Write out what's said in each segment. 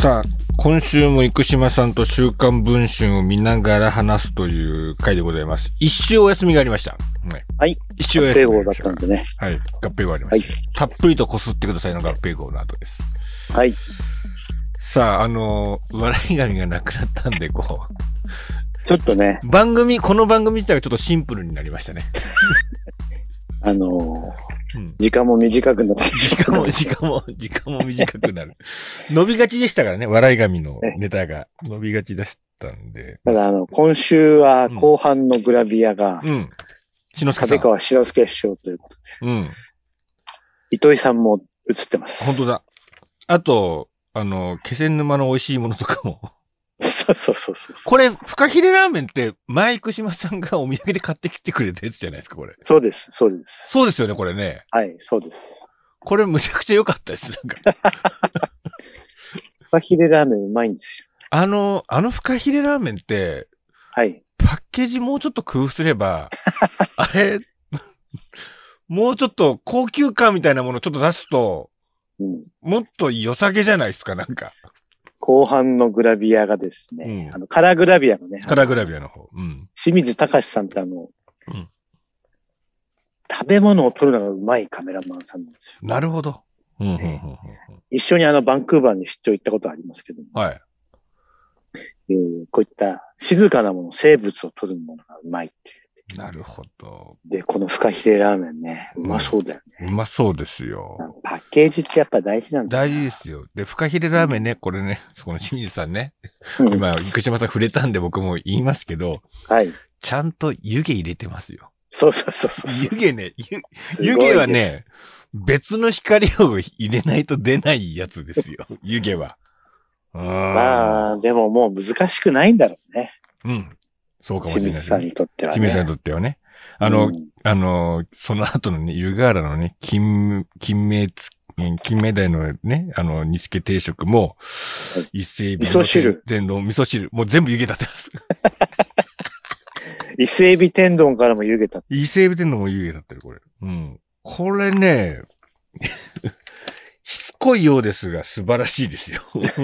さあ、今週も生島さんと週刊文春を見ながら話すという回でございます。一週お休みがありました。はい。一週お休英みがあり語だまっしたたん。でね。はい。合併がありました。たっぷりとこすってくださいの合併号の後です。はい。さあ、あのー笑い神がなくなったんで、こちょっとね、う、番組、この番組自体がちょっとシンプルになりましたね。あのーうん。時間も短くなって時間 も、時間も、時間も短くなる。伸びがちでしたからね、笑い神のネタが。伸びがちだったんで。ただ、あの、今週は後半のグラビアが、うん。篠塚さん。立川志の輔師匠ということで、うん。糸井さんも映ってます。本当だ。あと、あの、気仙沼の美味しいものとかも。そうそうそうそう。 これ、フカヒレラーメンって、前生島さんがお土産で買ってきてくれたやつじゃないですか、これ。そうです、そうです。そうですよね、これね。はい、そうです。これむちゃくちゃ良かったです、なんか。フカヒレラーメンうまいんですよ。 あの、あのフカヒレラーメンって、はい。パッケージもうちょっと工夫すれ ば、あれ、もうちょっと高級感みたいなものをちょっと出すと、うん。もっと良さげじゃないですか、なんか。後半のグラビアがですね、うんあの、カラーグラビアのね、カラグラビアの方。うん。清水隆さんってあの、うん食べ物を撮るのがうまいカメラマンさんなんですよ。なるほど。うん、うん、うんうんうん。一緒にあの、バンクーバーに出張行ったことありますけども、はい。えーこういった静かなもの、生物を撮るものがうまいっていう。なるほど。で、このフカヒレラーメンね、うまそうだよね。うまそうですよ。なんかパッケージってやっぱ大事なんだな。大事ですよ。で、フカヒレラーメンね、これね、この清水さんね、うん今、生島さん触れたんで僕も言いますけど、はい。ちゃんと湯気入れてますよ。そうそうそうそう湯そう。気ね、湯すごい湯気はね、別の光を入れないと出ないやつですよ。湯気は。うーん。です、まあ、でももう難しくないんだろうね。うん。そうかもしれないで清水すさんね。にとってはね。清水さんにとってはね。あの、うんあの、その後のね、湯河原のね、金、金明つ、金明台のね、あの、煮付け定食も、一斉味噌汁。天丼、味噌汁。もう全部湯気立ってます。 伊勢海老天丼からも湯気た。伊勢海老天丼も湯気立ってる、これ。うん。これね、 しつこいようですが、素晴らしいですよ。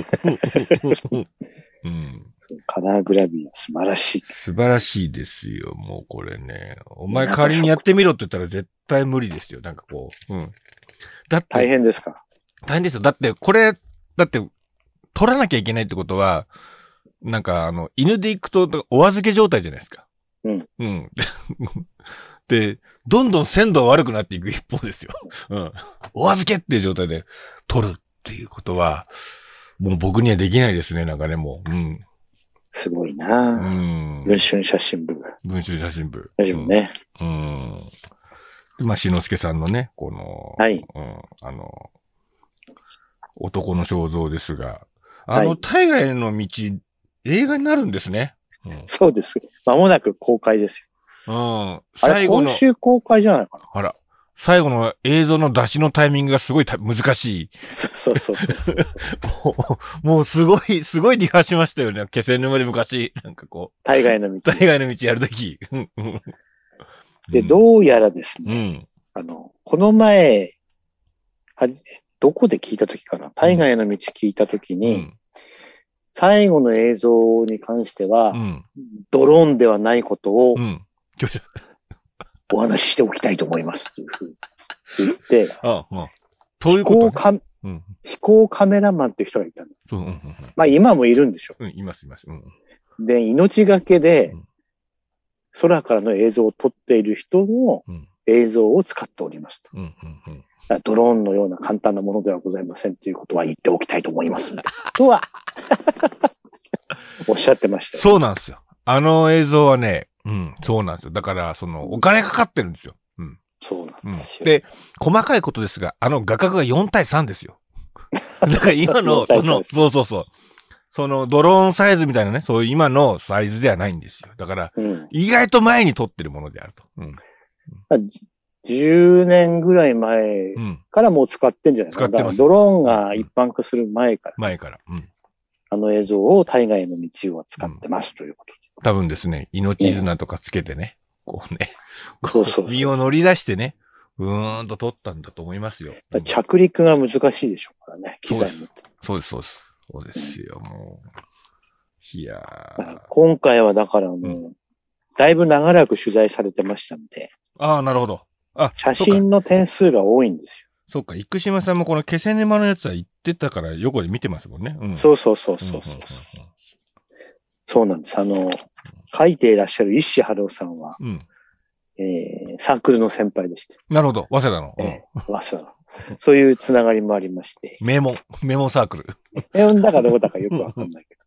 うん。そうカラーグラビア素晴らしい。素晴らしいですよ、もうこれね。お前代わりにやってみろって言ったら絶対無理ですよ、なんかこう。うん。だって、大変ですか大変ですよ。だって、これ、だって、取らなきゃいけないってことは、なんか、あの、犬で行くと、だからお預け状態じゃないですか。うん。うん。 で、どんどん鮮度は悪くなっていく一方ですよ。うん。お預けっていう状態で取るっていうことは、もう僕にはできないですね、なんかね、もう。うん。すごいうなぁ。ん。文春写真部。文春写真部。大丈夫ね。うん。うん。でまあ、しのすけさんのね、この、はい。うん、あの、男の肖像ですが、あはいの、大河への道、映画になるんですね。うん。そうです。間もなく公開ですよ。うん、あれ、最後今の、週公開じゃないかな。あら、最後の映像の出しのタイミングがすごいた難しい。 そうそうそうそうそう。もう、もうすごい、すごいリハしましたよね。気仙沼で昔、なんかこう、大概の道。大河への道やるとき。うんうんで、どうやらですうね、ん。あの、この前、はどこで聞いたときかな大河への道聞いたときうに、ん。最後の映像に関しては、うん。ドローンではないことをうん。ちょちょお話ししておきたいと思います。というふうに言って、 あ、うん。そうい飛うことね、行カメうん。飛行カメラマンっていう人がいたの。そう、うん、うんまあ今もいるんでしょうん。うん、います、います。うん。う。で、命がけでうん空からの映像を撮っている人のうん。映像を使っておりますと。うん、うん、うん。だからドローンのような簡単なものではございませんということは言っておきたいと思います。とは、 おっしゃってましたよ。そうなんですよ。あの映像はね、うん、そうなんですよ。だから、その、お金かかってるんですよ。うん。そうなうんんです。よ。で、細かいことですが、あの画角が4対3ですよ。 だから今の、 4対そ3の、ですそうそうそう。その、ドローンサイズみたいなね、そういう今のサイズではないんですよ。だから、うん、意外と前に撮ってるものであると。うん。まあじ10年ぐらい前うん。からもう使ってんじゃないです使か。ってますだからドローンが一般化する前から、前から。うん。あの映像を大概の道を使ってますということで。多分ですね、命綱とかつけてね、こうね、そうそうそう身を乗り出してね、うーんと撮ったんだと思いますよ。やっぱ着陸が難しいでしょうからね、機材も。そうです、そうです。そうですよ、もう。いやー。今回はだからもう、だいぶ長らく取材されてましたんで、ああ、なるほど。あ、写そっか。真の点数が多いんですそっか、生島さんもこの気仙沼のやつは行ってたから横で見てますもんね。うん。よ。そうそうそうそうそう。そうなんです。あの、書いていらっしゃる石春夫さんは、うん。うんうんえー、サークルの先輩でして、なるほど。早稲田の。うんえー、早稲田のそういうつながりもありまして、名門、名門サークル。えーだかどこだかよくわかんないけ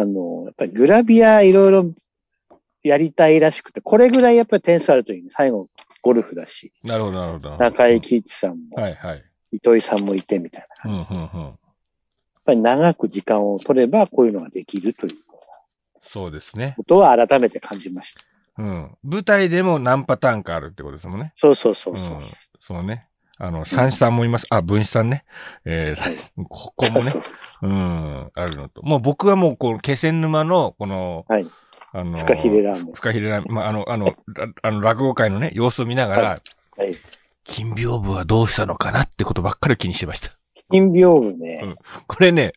あの、やっぱりグラビアいろいろやりたいらしくて、これぐらいやっぱり点数あるといいね。最後、ゴルフだし、なるほど、なるほど。中井貴一さんも、はい、はい。糸井さんもいてみたいなうん、う感ん、うじで、やっん。ぱり長く時間を取ればこういうのができるというそうですね。ことは改めて感じました。うん。舞台でも何パターンかあるってことですもんね。そうそうそうそう。そうね。あの、三子さんもいます。あ、分子さんね。えー、ここもねそう。そううん、あるのと。もう僕はもう、この気仙沼の、この、はいあの、フカヒレラーメンフカヒレラーメンまあ、あの、あの、らあの落語会のね、様子を見ながら、はそうはい。金屏風はどうしたのかなってことばっかり気にしてました。金屏風ね、うんこれね、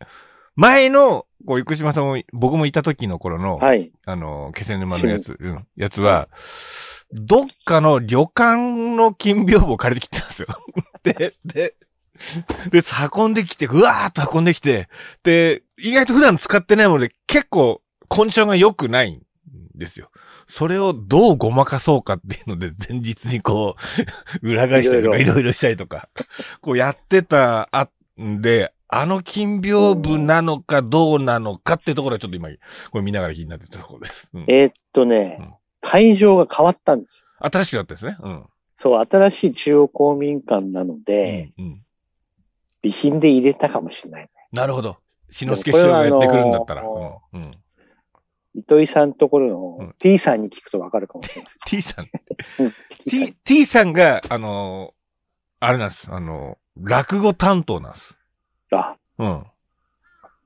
前の、こう、生島さんも、僕もいた時の頃の、はい。あの、気仙沼のやつ、うん、やつは、どっかの旅館の金屏風を借りてきてたんですよ。 で、で、で、運んできて、ぐわーっと運んできて、で、意外と普段使ってないもので、結構、コンディションが良くないんですよ。それをどうごまかそうかっていうので、前日にこう、 裏返したりとか、いいろいろろいろしたりとか、こうやってた、あ、んで、あの金屏風なのかどうなのかってところはちょっと今、これ見ながら気になってたところです。うんえーっとね、うん会場が変わったんですよ。新しくなったですね。うん。そう、新しい中央公民館なので、うんうん備品で入れたかもしれない。なるほど。志の輔師匠がやってくるんだったら。でもうんうん糸井さんところうのん T さんに聞くとわかるかもしれま T さん。せん。 T、T さんが、あのーあれなんです。あのー落語担当なんです。あ、うん。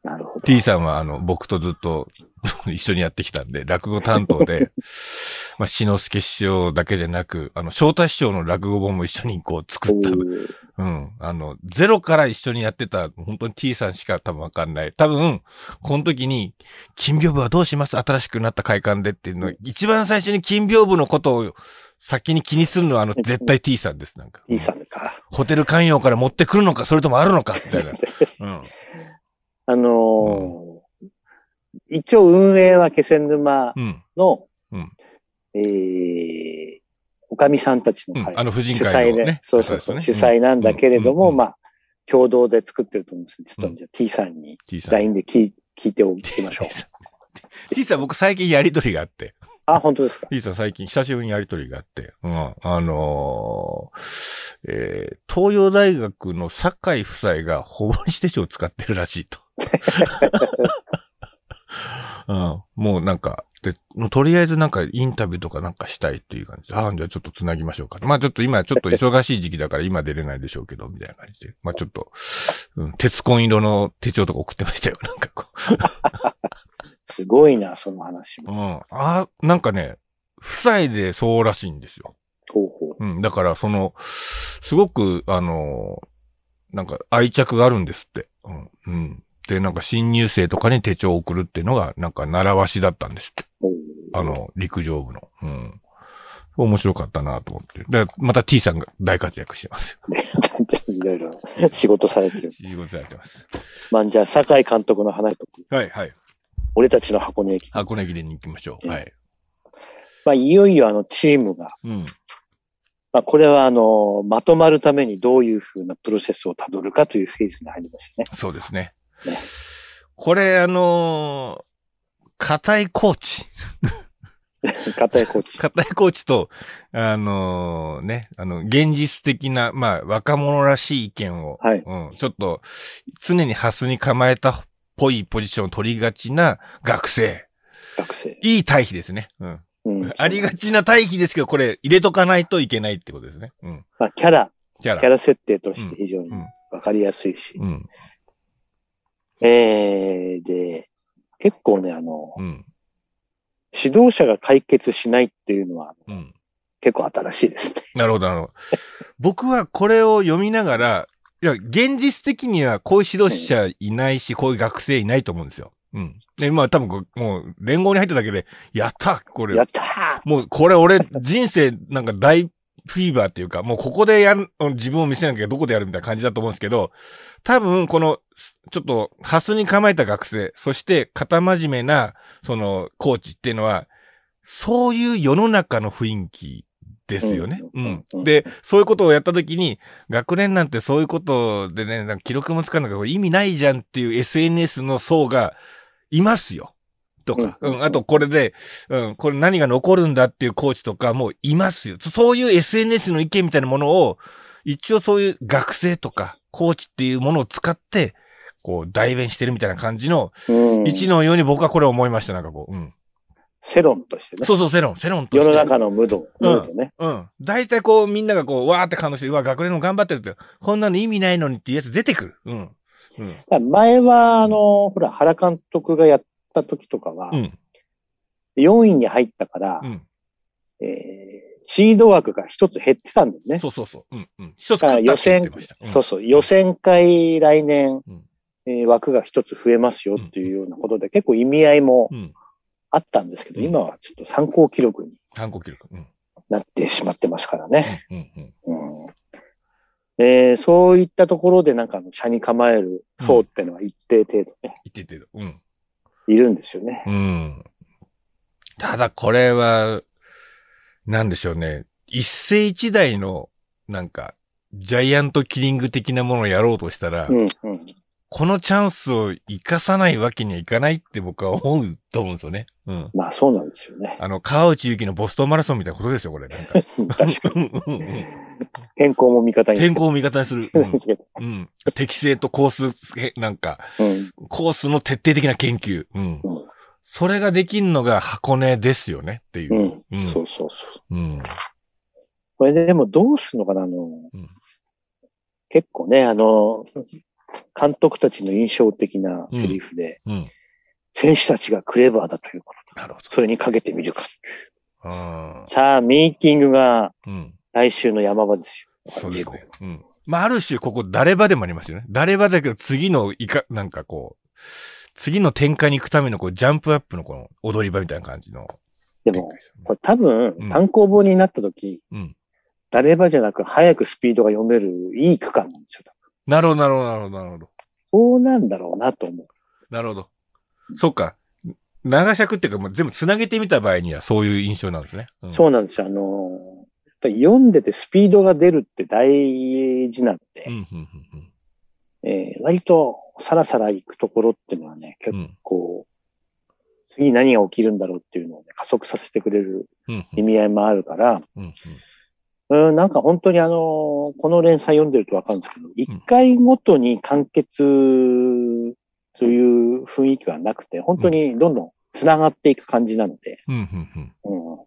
なるほど。 T さんは、あの、僕とずっと 一緒にやってきたんで、落語担当で、 まあ、志の輔師匠だけじゃなく、あの、翔太師匠の落語本も一緒にこう作ったおーうん。あの、ゼロから一緒にやってた、本当に T さんしか多分わかんない。多分、この時に、金屏風はどうします新しくなった会館でっていうのは、一番最初に金屏風のことを先に気にするのは、あの、絶対 T さんです、なんか。 T さんか。ホテル寛容から持ってくるのか、それともあるのか、みたい な。うん。あのー一応運営は気仙沼うん。の、うんえー、おかみさんたちうの会、ん。あの、婦人主会催ので、ね。そうそうそう、方です主よね催なんだけれども、うんうんまあ、共同で作ってると思うんですけど、ちょうっんとじゃあ T さんに T さん。 LINE で聞い聞いておきましょ う T。さん T さん、僕最近やりとりがあって。あ、本当ですか。いいさん、最近久しぶりにやりとりがあって、うん、あのーえー東洋大学の酒井夫妻が保護司手帳を使ってるらしいと。うん、もうなんか、で、もうとりあえずなんかインタビューとかなんかしたいっていう感じで、ああ、じゃあちょっと繋ぎましょうか。まあちょっと今ちょっと忙しい時期だから今出れないでしょうけど、みたいな感じで。まあちょっと、うん、鉄痕色の手帳とか送ってましたよ、なんかこう。すごいな、その話うも。ん。あ、なんかね、夫妻でそうらしいんですよ。ほうほうん。だから、その、すごく、あの、なんか愛着があるんですって。うん。うん。で、なんか新入生とかに手帳を送るっていうのが、なんか習わしだったんですって。う。あ、の、陸上部の。うん。面白かったなと思って。で、また T さんが大活躍してます。 いろいろ仕事されてる。仕事されてます。まあ、じゃあ、酒井監督の話とか、はい、はい。俺たちの箱根駅伝。箱根駅伝に行きましょう。はい。まあ、いよいよあのチームが、うん。まあ、これはあの、まとまるためにどういうふうなプロセスをたどるかというフェーズに入りましたね。そうですねね。これ、あの硬いコーチ。片井コ ーチ。片井コーチと、あのね、あの、現実的な、まあ、若者らしい意見を、はいうん、ちょっと、常にハスに構えたっぽいポジションを取りがちな学生。学生。いい対比ですね。うん。うんありがちな対比ですけど、これ、入れとかないといけないってことですね。うん。まあ、キャラ、キャラ。キャラ設定として非常にうんわかりやすいし。うん。えー、で、結構ね、あの、うん。指導者が解決しないっていうのはうん。結構新しいですね。なるほど、なるほど。僕はこれを読みながら、いや、現実的にはこういう指導者いないし、こういう学生いないと思うんですよ。うん。で、まあ多分こう、もう、連合に入っただけで、やったこれや、ったーもうこれ俺、人生なんか大フィーバーっていうか、もうここでやる、自分を見せなきゃどこでやるみたいな感じだと思うんですけど、多分この、ちょっと、ハスに構えた学生、そして、型真面目な、その、コーチっていうのは、そういう世の中の雰囲気ですよね。ううんん。うんで、そういうことをやったときに、学年なんてそういうことでね、なんか記録もつかないからこれ意味ないじゃんっていう SNS の層がいますよ。とか、うんうん、あとこれで、うん、これ何が残るんだっていうコーチとかもういますよ。そそういう SNS の意見みたいなものを、一応そういう学生とかコーチっていうものを使って、こう代弁してるみたいな感じの、うん一のように僕はこれを思いました、なんかこう。うん。世論としてね。そうそう、セロン、セロンとし世て。の中のムード、ムうんードね。うん。大体こう、みんながこう、わーって感動して、うわ、学年も頑張ってるって、こんなの意味ないのにっていうやつ出てくる。うん。うん。だから前は、あの、ほら、原監督がやった時とかは、うん。 4位に入ったからう、ん。えーシード枠が一つ減ってたんだよね。そうそうそう。うん。うん。一つだから食った予って言っ選てました、そうそう、予選会来年うん、えー枠が一つ増えますよっていうようなことで、結構意味合いもうん。うん。あったんですけど、うん今はちょっと参考記録に反抗記録。うん。なってしまってますからね。うん。うん。うんえーそういったところでなんかあの、社に構える層ってのは一定程度言っね、て言ってる。うん。いるんですよね。うん。ただこれは、なんでしょうね。一世一代の、なんか、ジャイアントキリング的なものをやろうとしたら、うん、うん。このチャンスを生かさないわけにはいかないって僕は思うと思うんですよね。うん。まあそうなんですよね。あの、川内ゆきのボストンマラソンみたいなことですよ、これ。なんかうん確 うかに。んうんうん変更も味方に天候を味方にする。ううんん。うん適性とコース、へなんか、うんコースの徹底的な研究。うんうん。それができんのが箱根ですよねっていうう。ん。うんそうそうそう。うん。これででもどうするのかなあの、ん結構ね、あの、監督たちの印象的なセリフで、うん。選手たちがクレバーだということ。なるほそれにかけてみるか。ど。あさあ、ミーティングがーうん。来週の山場ですよ。そうですね。うん。まあ、ある種、ここ、誰場でもありますよね。誰場だけど、次の、いか、なんかこう、次の展開に行くための、こう、ジャンプアップの、この、踊り場みたいな感じので展も開、ですよね。これ多分うん、単行本になった時、うん。誰ばじゃなく早くスピードが読めるいい区間なんですよ。なるほど、なるほど、なるほど、なるほど。そうなんだろうなと思う。なるほど。そっか。長尺っていうか、もう全部繋げてみた場合には、そういう印象なんですね。うん、そうなんですよ。あのー、やっぱり読んでてスピードが出るって大事なんで、うん。うん、うん、えー割とさらさら行くところっていうのはね、うん。う結ん、構、次何が起きるんだろうっていうのを、ね、加速させてくれるうん、う意ん味合いもあるから、うん。うん、なんか本当にあのーこの連載読んでるとわかるんですけど、一回ごとに完結という雰囲気はなくて、本当にどんどん繋がっていく感じなので、うん、うん、うん。うん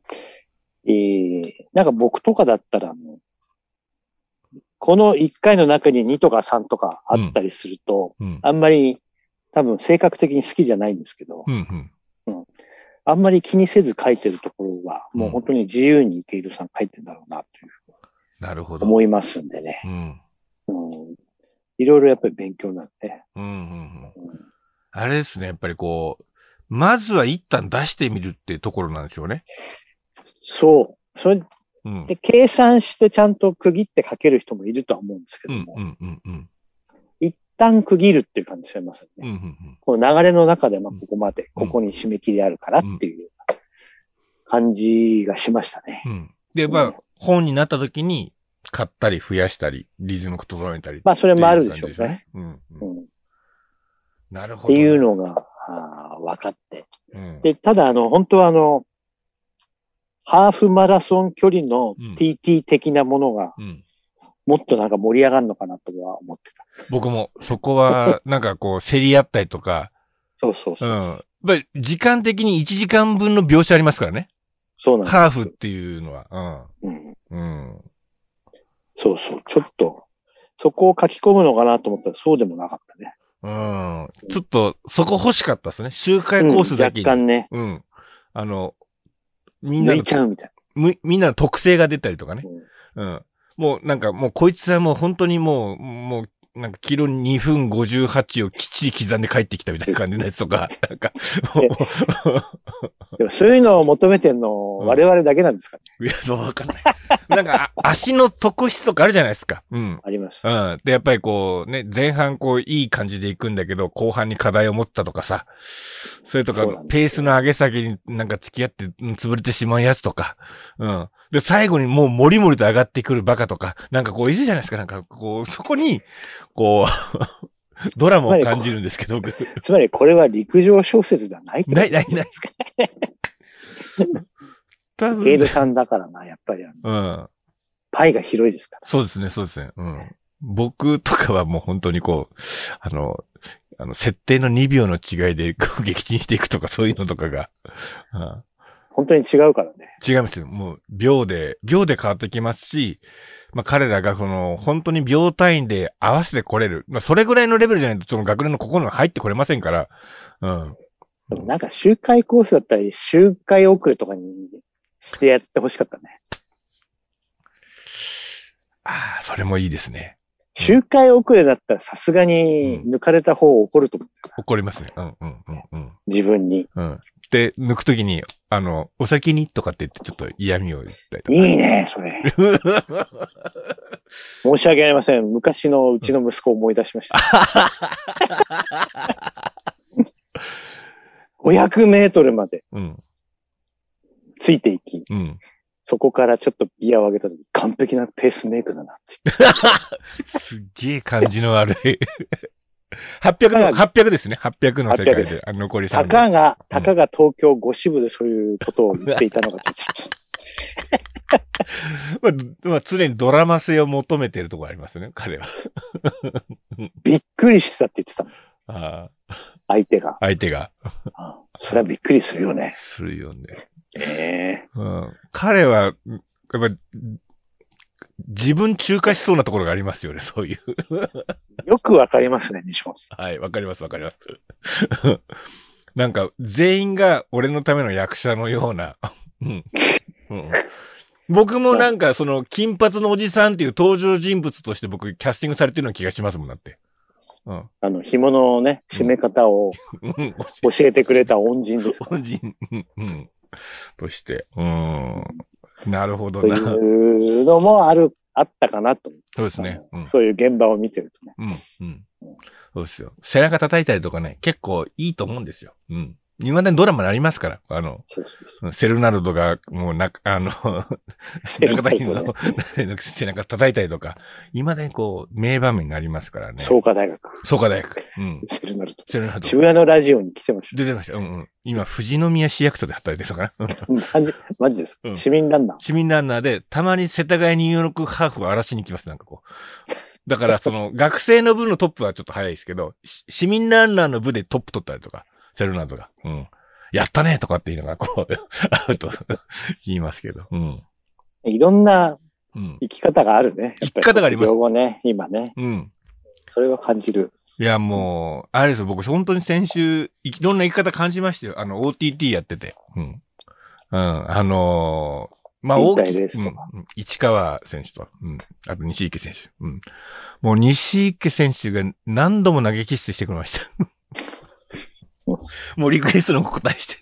えー、なんか僕とかだったらもう、この1回の中に2とか3とかあったりすると、うん、あんまり多分性格的に好きじゃないんですけど、うん、うん。あんまり気にせず書いてるところは、うんもう本当に自由に池井戸さん書いてんだろうなというなるほど。思いますんでね。うん。うん、いろいろやっぱり勉強なんでね。うん、うん、うん。うんあれですね、やっぱりこう、まずは一旦出してみるってところなんでしょうね。そう。それうん。で計算してちゃんと区切って書ける人もいるとは思うんですけうどん、も、うん、うん、うん。一旦区切るっていう感じしますよね。うん、うん、この流れの中で、まあうん、ここまで、うんここに締め切りあるからっていう感じがしましたね。うん。で、まあ、本になった時に、買ったり増やしたり、リズム整えたり。まあ、それもあるでしょうね。うん。ううんん、っなるほてど。いうのが、あー分かって。うん。で、ただ、あの、本当はあの、ハーフマラソン距離のうん TT 的なものが、うん。もっとなんか盛り上がるのかなとは思ってた。僕も、そこは、 なんかこう、競り合ったりとか、そうそううそん。う。やっぱり時間的に1時間分の描写ありますからね。そうなんです。ハーフっていうのは。うん。うん。うん。そうそう。ちょっと、そこを書き込むのかなと思ったら、そうでもなかったね。うん。ちょっと、そこ欲しかったですね。周回コースだけにうん若干ね、うん。あの、みんな抜いのちゃうみたいむみんなの特性が出たりとかねな。。うんうん。もうなんかもうこいつはもう本当にもう、もうなんか、キロ2分58をきっちり刻んで帰ってきたみたいな感じのやつとか、なんか、もでもそういうのを求めてんの、うん我々だけなんですかね。ういや、そうわかんない。なんか、あ足の特質とかあるじゃないですか。うん。あります。うん。で、やっぱりこう、ね、前半こう、いい感じで行くんだけど、後半に課題を持ったとかさ、それとかそうなん、ですよペースの上げ下げになんか付き合って、うん潰れてしまうやつとか、うん。で、最後にもう、もりもりと上がってくるバカとか、なんかこう、いるじゃないですか。なんか、こう、そこに、こう、 ドラマを感じるんですけど、僕つまりこれは陸上小説ではないってことない、ない、ない。 多ゲイド分、さんだからな、やっぱりあの、うん。パイが広いですから。そうですね、そうですね。うん。僕とかはもう本当にこう、あの、あの、設定の2秒の違いでこう撃沈していくとかそういうのとかが、うん本当に違うからね。違いますよ。もう秒で、秒で変わってきますし、まあ彼らがその、本当に秒単位で合わせてこれる。まあそれぐらいのレベルじゃないとその学年の心が入ってこれませんから、うん。でもなんか周回コースだったり、周回遅れとかにしてやってほしかったね。ああ、それもいいですね。周回遅れだったらさすがに抜かれた方を怒ると思う。怒りますね。うん、うん、うん、うん。自分に。うん。で、抜くときに、あの、お先にとかって言ってちょっと嫌味を言ったりとか。いいね、それ。申し訳ありません。昔のうちの息子を思い出しました。500メートルまでうん、ついていき、うん。そこからちょっとギアを上げた時、完璧なペースメイクだなって言って。すっげえ感じの悪 い。800の、800ですね。800の世界800で、あ残りた3か人。が、たかが東京5支部でそういうことを言っていたのが、ちょっとまあ、まあ、常にドラマ性を求めてるところありますね、彼は。びっくりしてたって言ってたもん。ああ相手が。相手が。あそれはびっくりするよね。するよね。ええうん。彼は、やっぱり、自分中華しそうなところがありますよね、そういう。よくわかりますね、西本さはい、わかります、わかります。 なんか、全員が俺のための役者のような。 うんうん僕もなんか、その、金髪のおじさんっていう登場人物として僕、キャスティングされてるような気がしますもんだって。うん。ん。あの、紐のね、締め方を うん教えてくれた恩人ですから本人、うんうん。として。うん。なるほどとな。いうのもある、あったかなと思っそうですたね。うん。そういう現場を見てるとね。うん。うん。そうですよ。背中叩いたりとかね、結構いいと思うんですよ。うん。今ね、ドラマになりますから。あの、そうそうそう。セルナルドが、もうな、あの、 セル中ナ谷ルドの、ね背中叩いたりとか、今ね、こう、名場面になりますからね。創価大学、創価大学。うん。セルナルド。セルナルド。渋谷のラジオに来てまし出てました。うんうん。今、富士宮市役所で働いてるのかな。うん た。マジマジですうん。市民ランナー。市民ランナーで、たまに世田谷ニューヨークハーフを荒らしに行きます、なんかこう。だから、その、学生の部のトップはちょっと早いですけど、し市民ランナーの部でトップ取ったりとか、セルナーとか、うん。やったねとかって言いながら、こう、 会うと言いますけど、うん。いろんなうん。生き方があるね。やっ生きぱ方があります卒業後ね、今ね。うん。それは感じる。いや、もう、あれですよ、僕、本当に先週、いろんな生き方感じましたよ。あの、OTT やってて。うん。うん、あのーまあ、引退大きレースとかうんうん市川選手と、うん。あと、西池選手。うん。もう、西池選手が何度も投げキッスしてくれました。もう、リクエストのお答えして。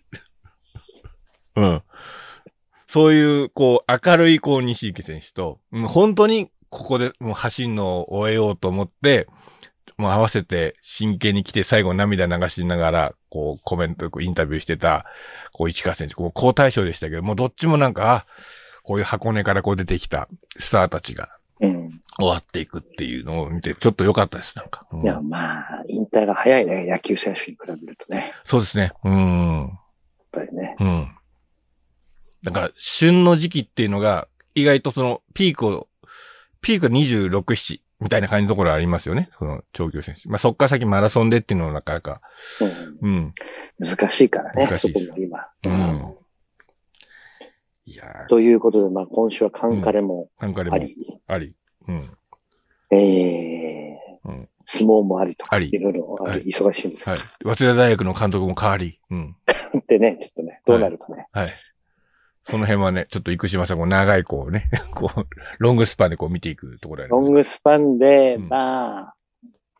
うん。そういう、こう、明るい、こう、西池選手と、うん本当に、ここで、もう、走るのを終えようと思って、もう合わせて真剣に来て最後涙流しながら、こうコメント、こうインタビューしてた、こう市川選手、こう交代賞でしたけど、もうどっちもなんか、あこういう箱根からこう出てきたスターたちがうん。終わっていくっていうのを見て、ちょっと良かったです、なんか。うんいや、まあ、引退が早いね。野球選手に比べるとね。やっそうですね。うん。ぱりね。うん。だから、旬の時期っていうのが、意外とその、ピークを、ピークが26、7みたいな感じのところありますよね。その、長距離選手。まあ、そっから先マラソンでっていうのもなかなか、うんうん、難しいからね、難しそいこですも今。うんいやー、ということで、まあ、今週はカンカレもなんかでもあ、り、あり。うん。えーうん相撲もありとか、ありいろいろありは、い忙しいんですけはい。早稲田大学の監督も変わり。うん。ど、でね、ちょっとね、どうなるかね。はい。その辺はね、ちょっと生島さん、こう長い こうね、こう、ロングスパンでこう見ていくところでありロますン。グスパンで、うんまあ、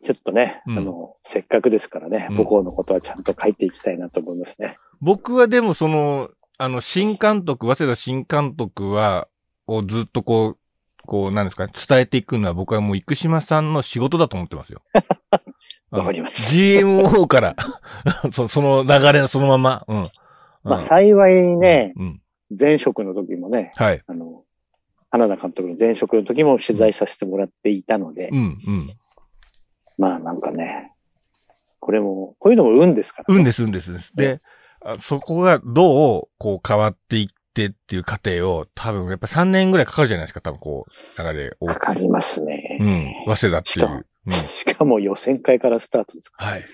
ちょっとね、うんあの、せっかくですからね、うん母校のことはちゃんと書いていきたいなと思いますね。僕はでもその、あの、新監督、早稲田新監督は、をずっとこう、こう、なんですかね、伝えていくのは僕はもう生島さんの仕事だと思って ますよ。あのわかりまし GMO から、 そその流れのそのまま、うん。まあうん幸いね、うん。前職の時もね、はい。あの、花田監督の前職の時も取材させてもらっていたので、うん、うん。まあなんかね、これも、こういうのも運ですから、うんです、うんです、うんです。で、あそこがどう、こう変わっていってっていう過程を、多分やっぱ3年ぐらいかかるじゃないですか、多分こう、流れを。かかりますね。うん。早稲田っていしかもう。うん。しかも予選会からスタートですかはい。ら、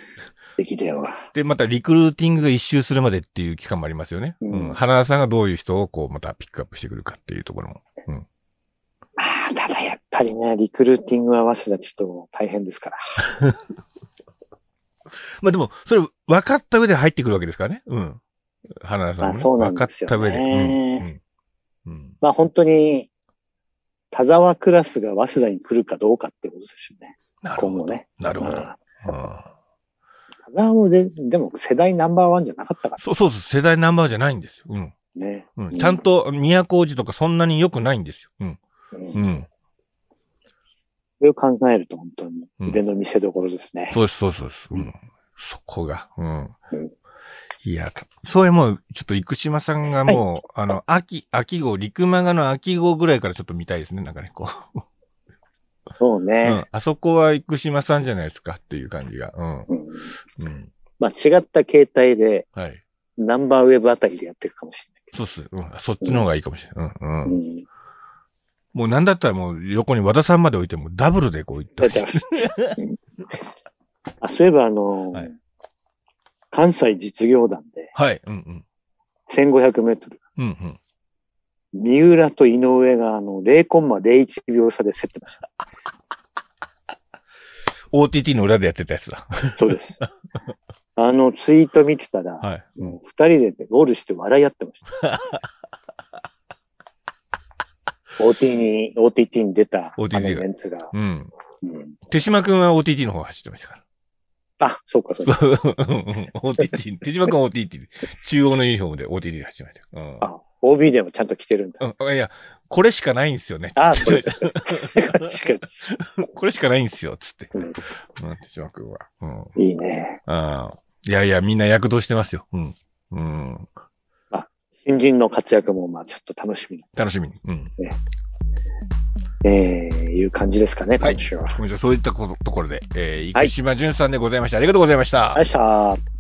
駅伝は。で、またリクルーティングが一周するまでっていう期間もありますよね。う。うんん花田さんがどういう人をこう、またピックアップしてくるかっていうところも。ああ、ただやっぱりね、リクルーティングは早稲田ちょっと大変ですから。まあでも、それ分かった上で入ってくるわけですからね。うん。花田さんもね、まあそうなんですよね分かった上で。うん。うん。うんまあ本当に、田沢クラスが早稲田に来るかどうかってことですよね。なる今ほ後ど。ね。なるほどうん。うん田沢もで、でも世代ナンバーワンじゃなかったかそうそうです。世代ナンバーじゃないんですよ。うん。らね。うん、ちゃんと、宮古寺とかそんなに良くないんですよ。うん。う。うんん。それを考えると本当にうん腕の見せ所ですね。そうです、そうです、そうです。う。うんそこが。うんうん。いや、それもう、ちょっと生島さんがもう、あの、秋、秋号、陸間がの秋号ぐらいからちょっと見たいですね、なんかね、こう。そううねん。。あそこは生島さんじゃないですかっていう感じが。うん。うんうん。まあ違った形態で、はい。ナンバーウェブあたりでやっていくかもしそうっす。うん。そっちの方がいいかもしれない。うん。うれない。ん。うん。もうなんだったらもう横に和田さんまで置いてもダブルでこういった だってあ、そういえばあのーはい関西実業団ではい。うんうん。 1500メートル、うんうん。三浦と井上があの0.01秒差で競ってまし OTT の裏でやってたやつだ。た。そ うです。あのツイート見てたら、はい。うんもう二人でゴールして笑い合ってま した。OT に、OTT に出た、あ OTT がのメンツが。うん。うん手島くんは OTT の方走ってましたから。 あ、そうか、そうか。 OTT、手島くんは OTT、中央のユニフォームで OTT で走ってましたよ。あ、OB でもちゃんと来てるんだ。うん。うん、いや、これしかないんですよね。 あ、つっこれ、てこれしかりですこれしかないんですよ、つって。うんうん、手島くんは。うん。いいね。あーいやいや、みんな躍動してますよ。うん。うん。新人の活躍も、まあ、ちょっと楽しみ楽しみに。うん。えー、いう感じですかね、はい今週は。もちろんそういったことところで、えー、は生い島淳さんでございました。ありがとうございました。ありがとうございました。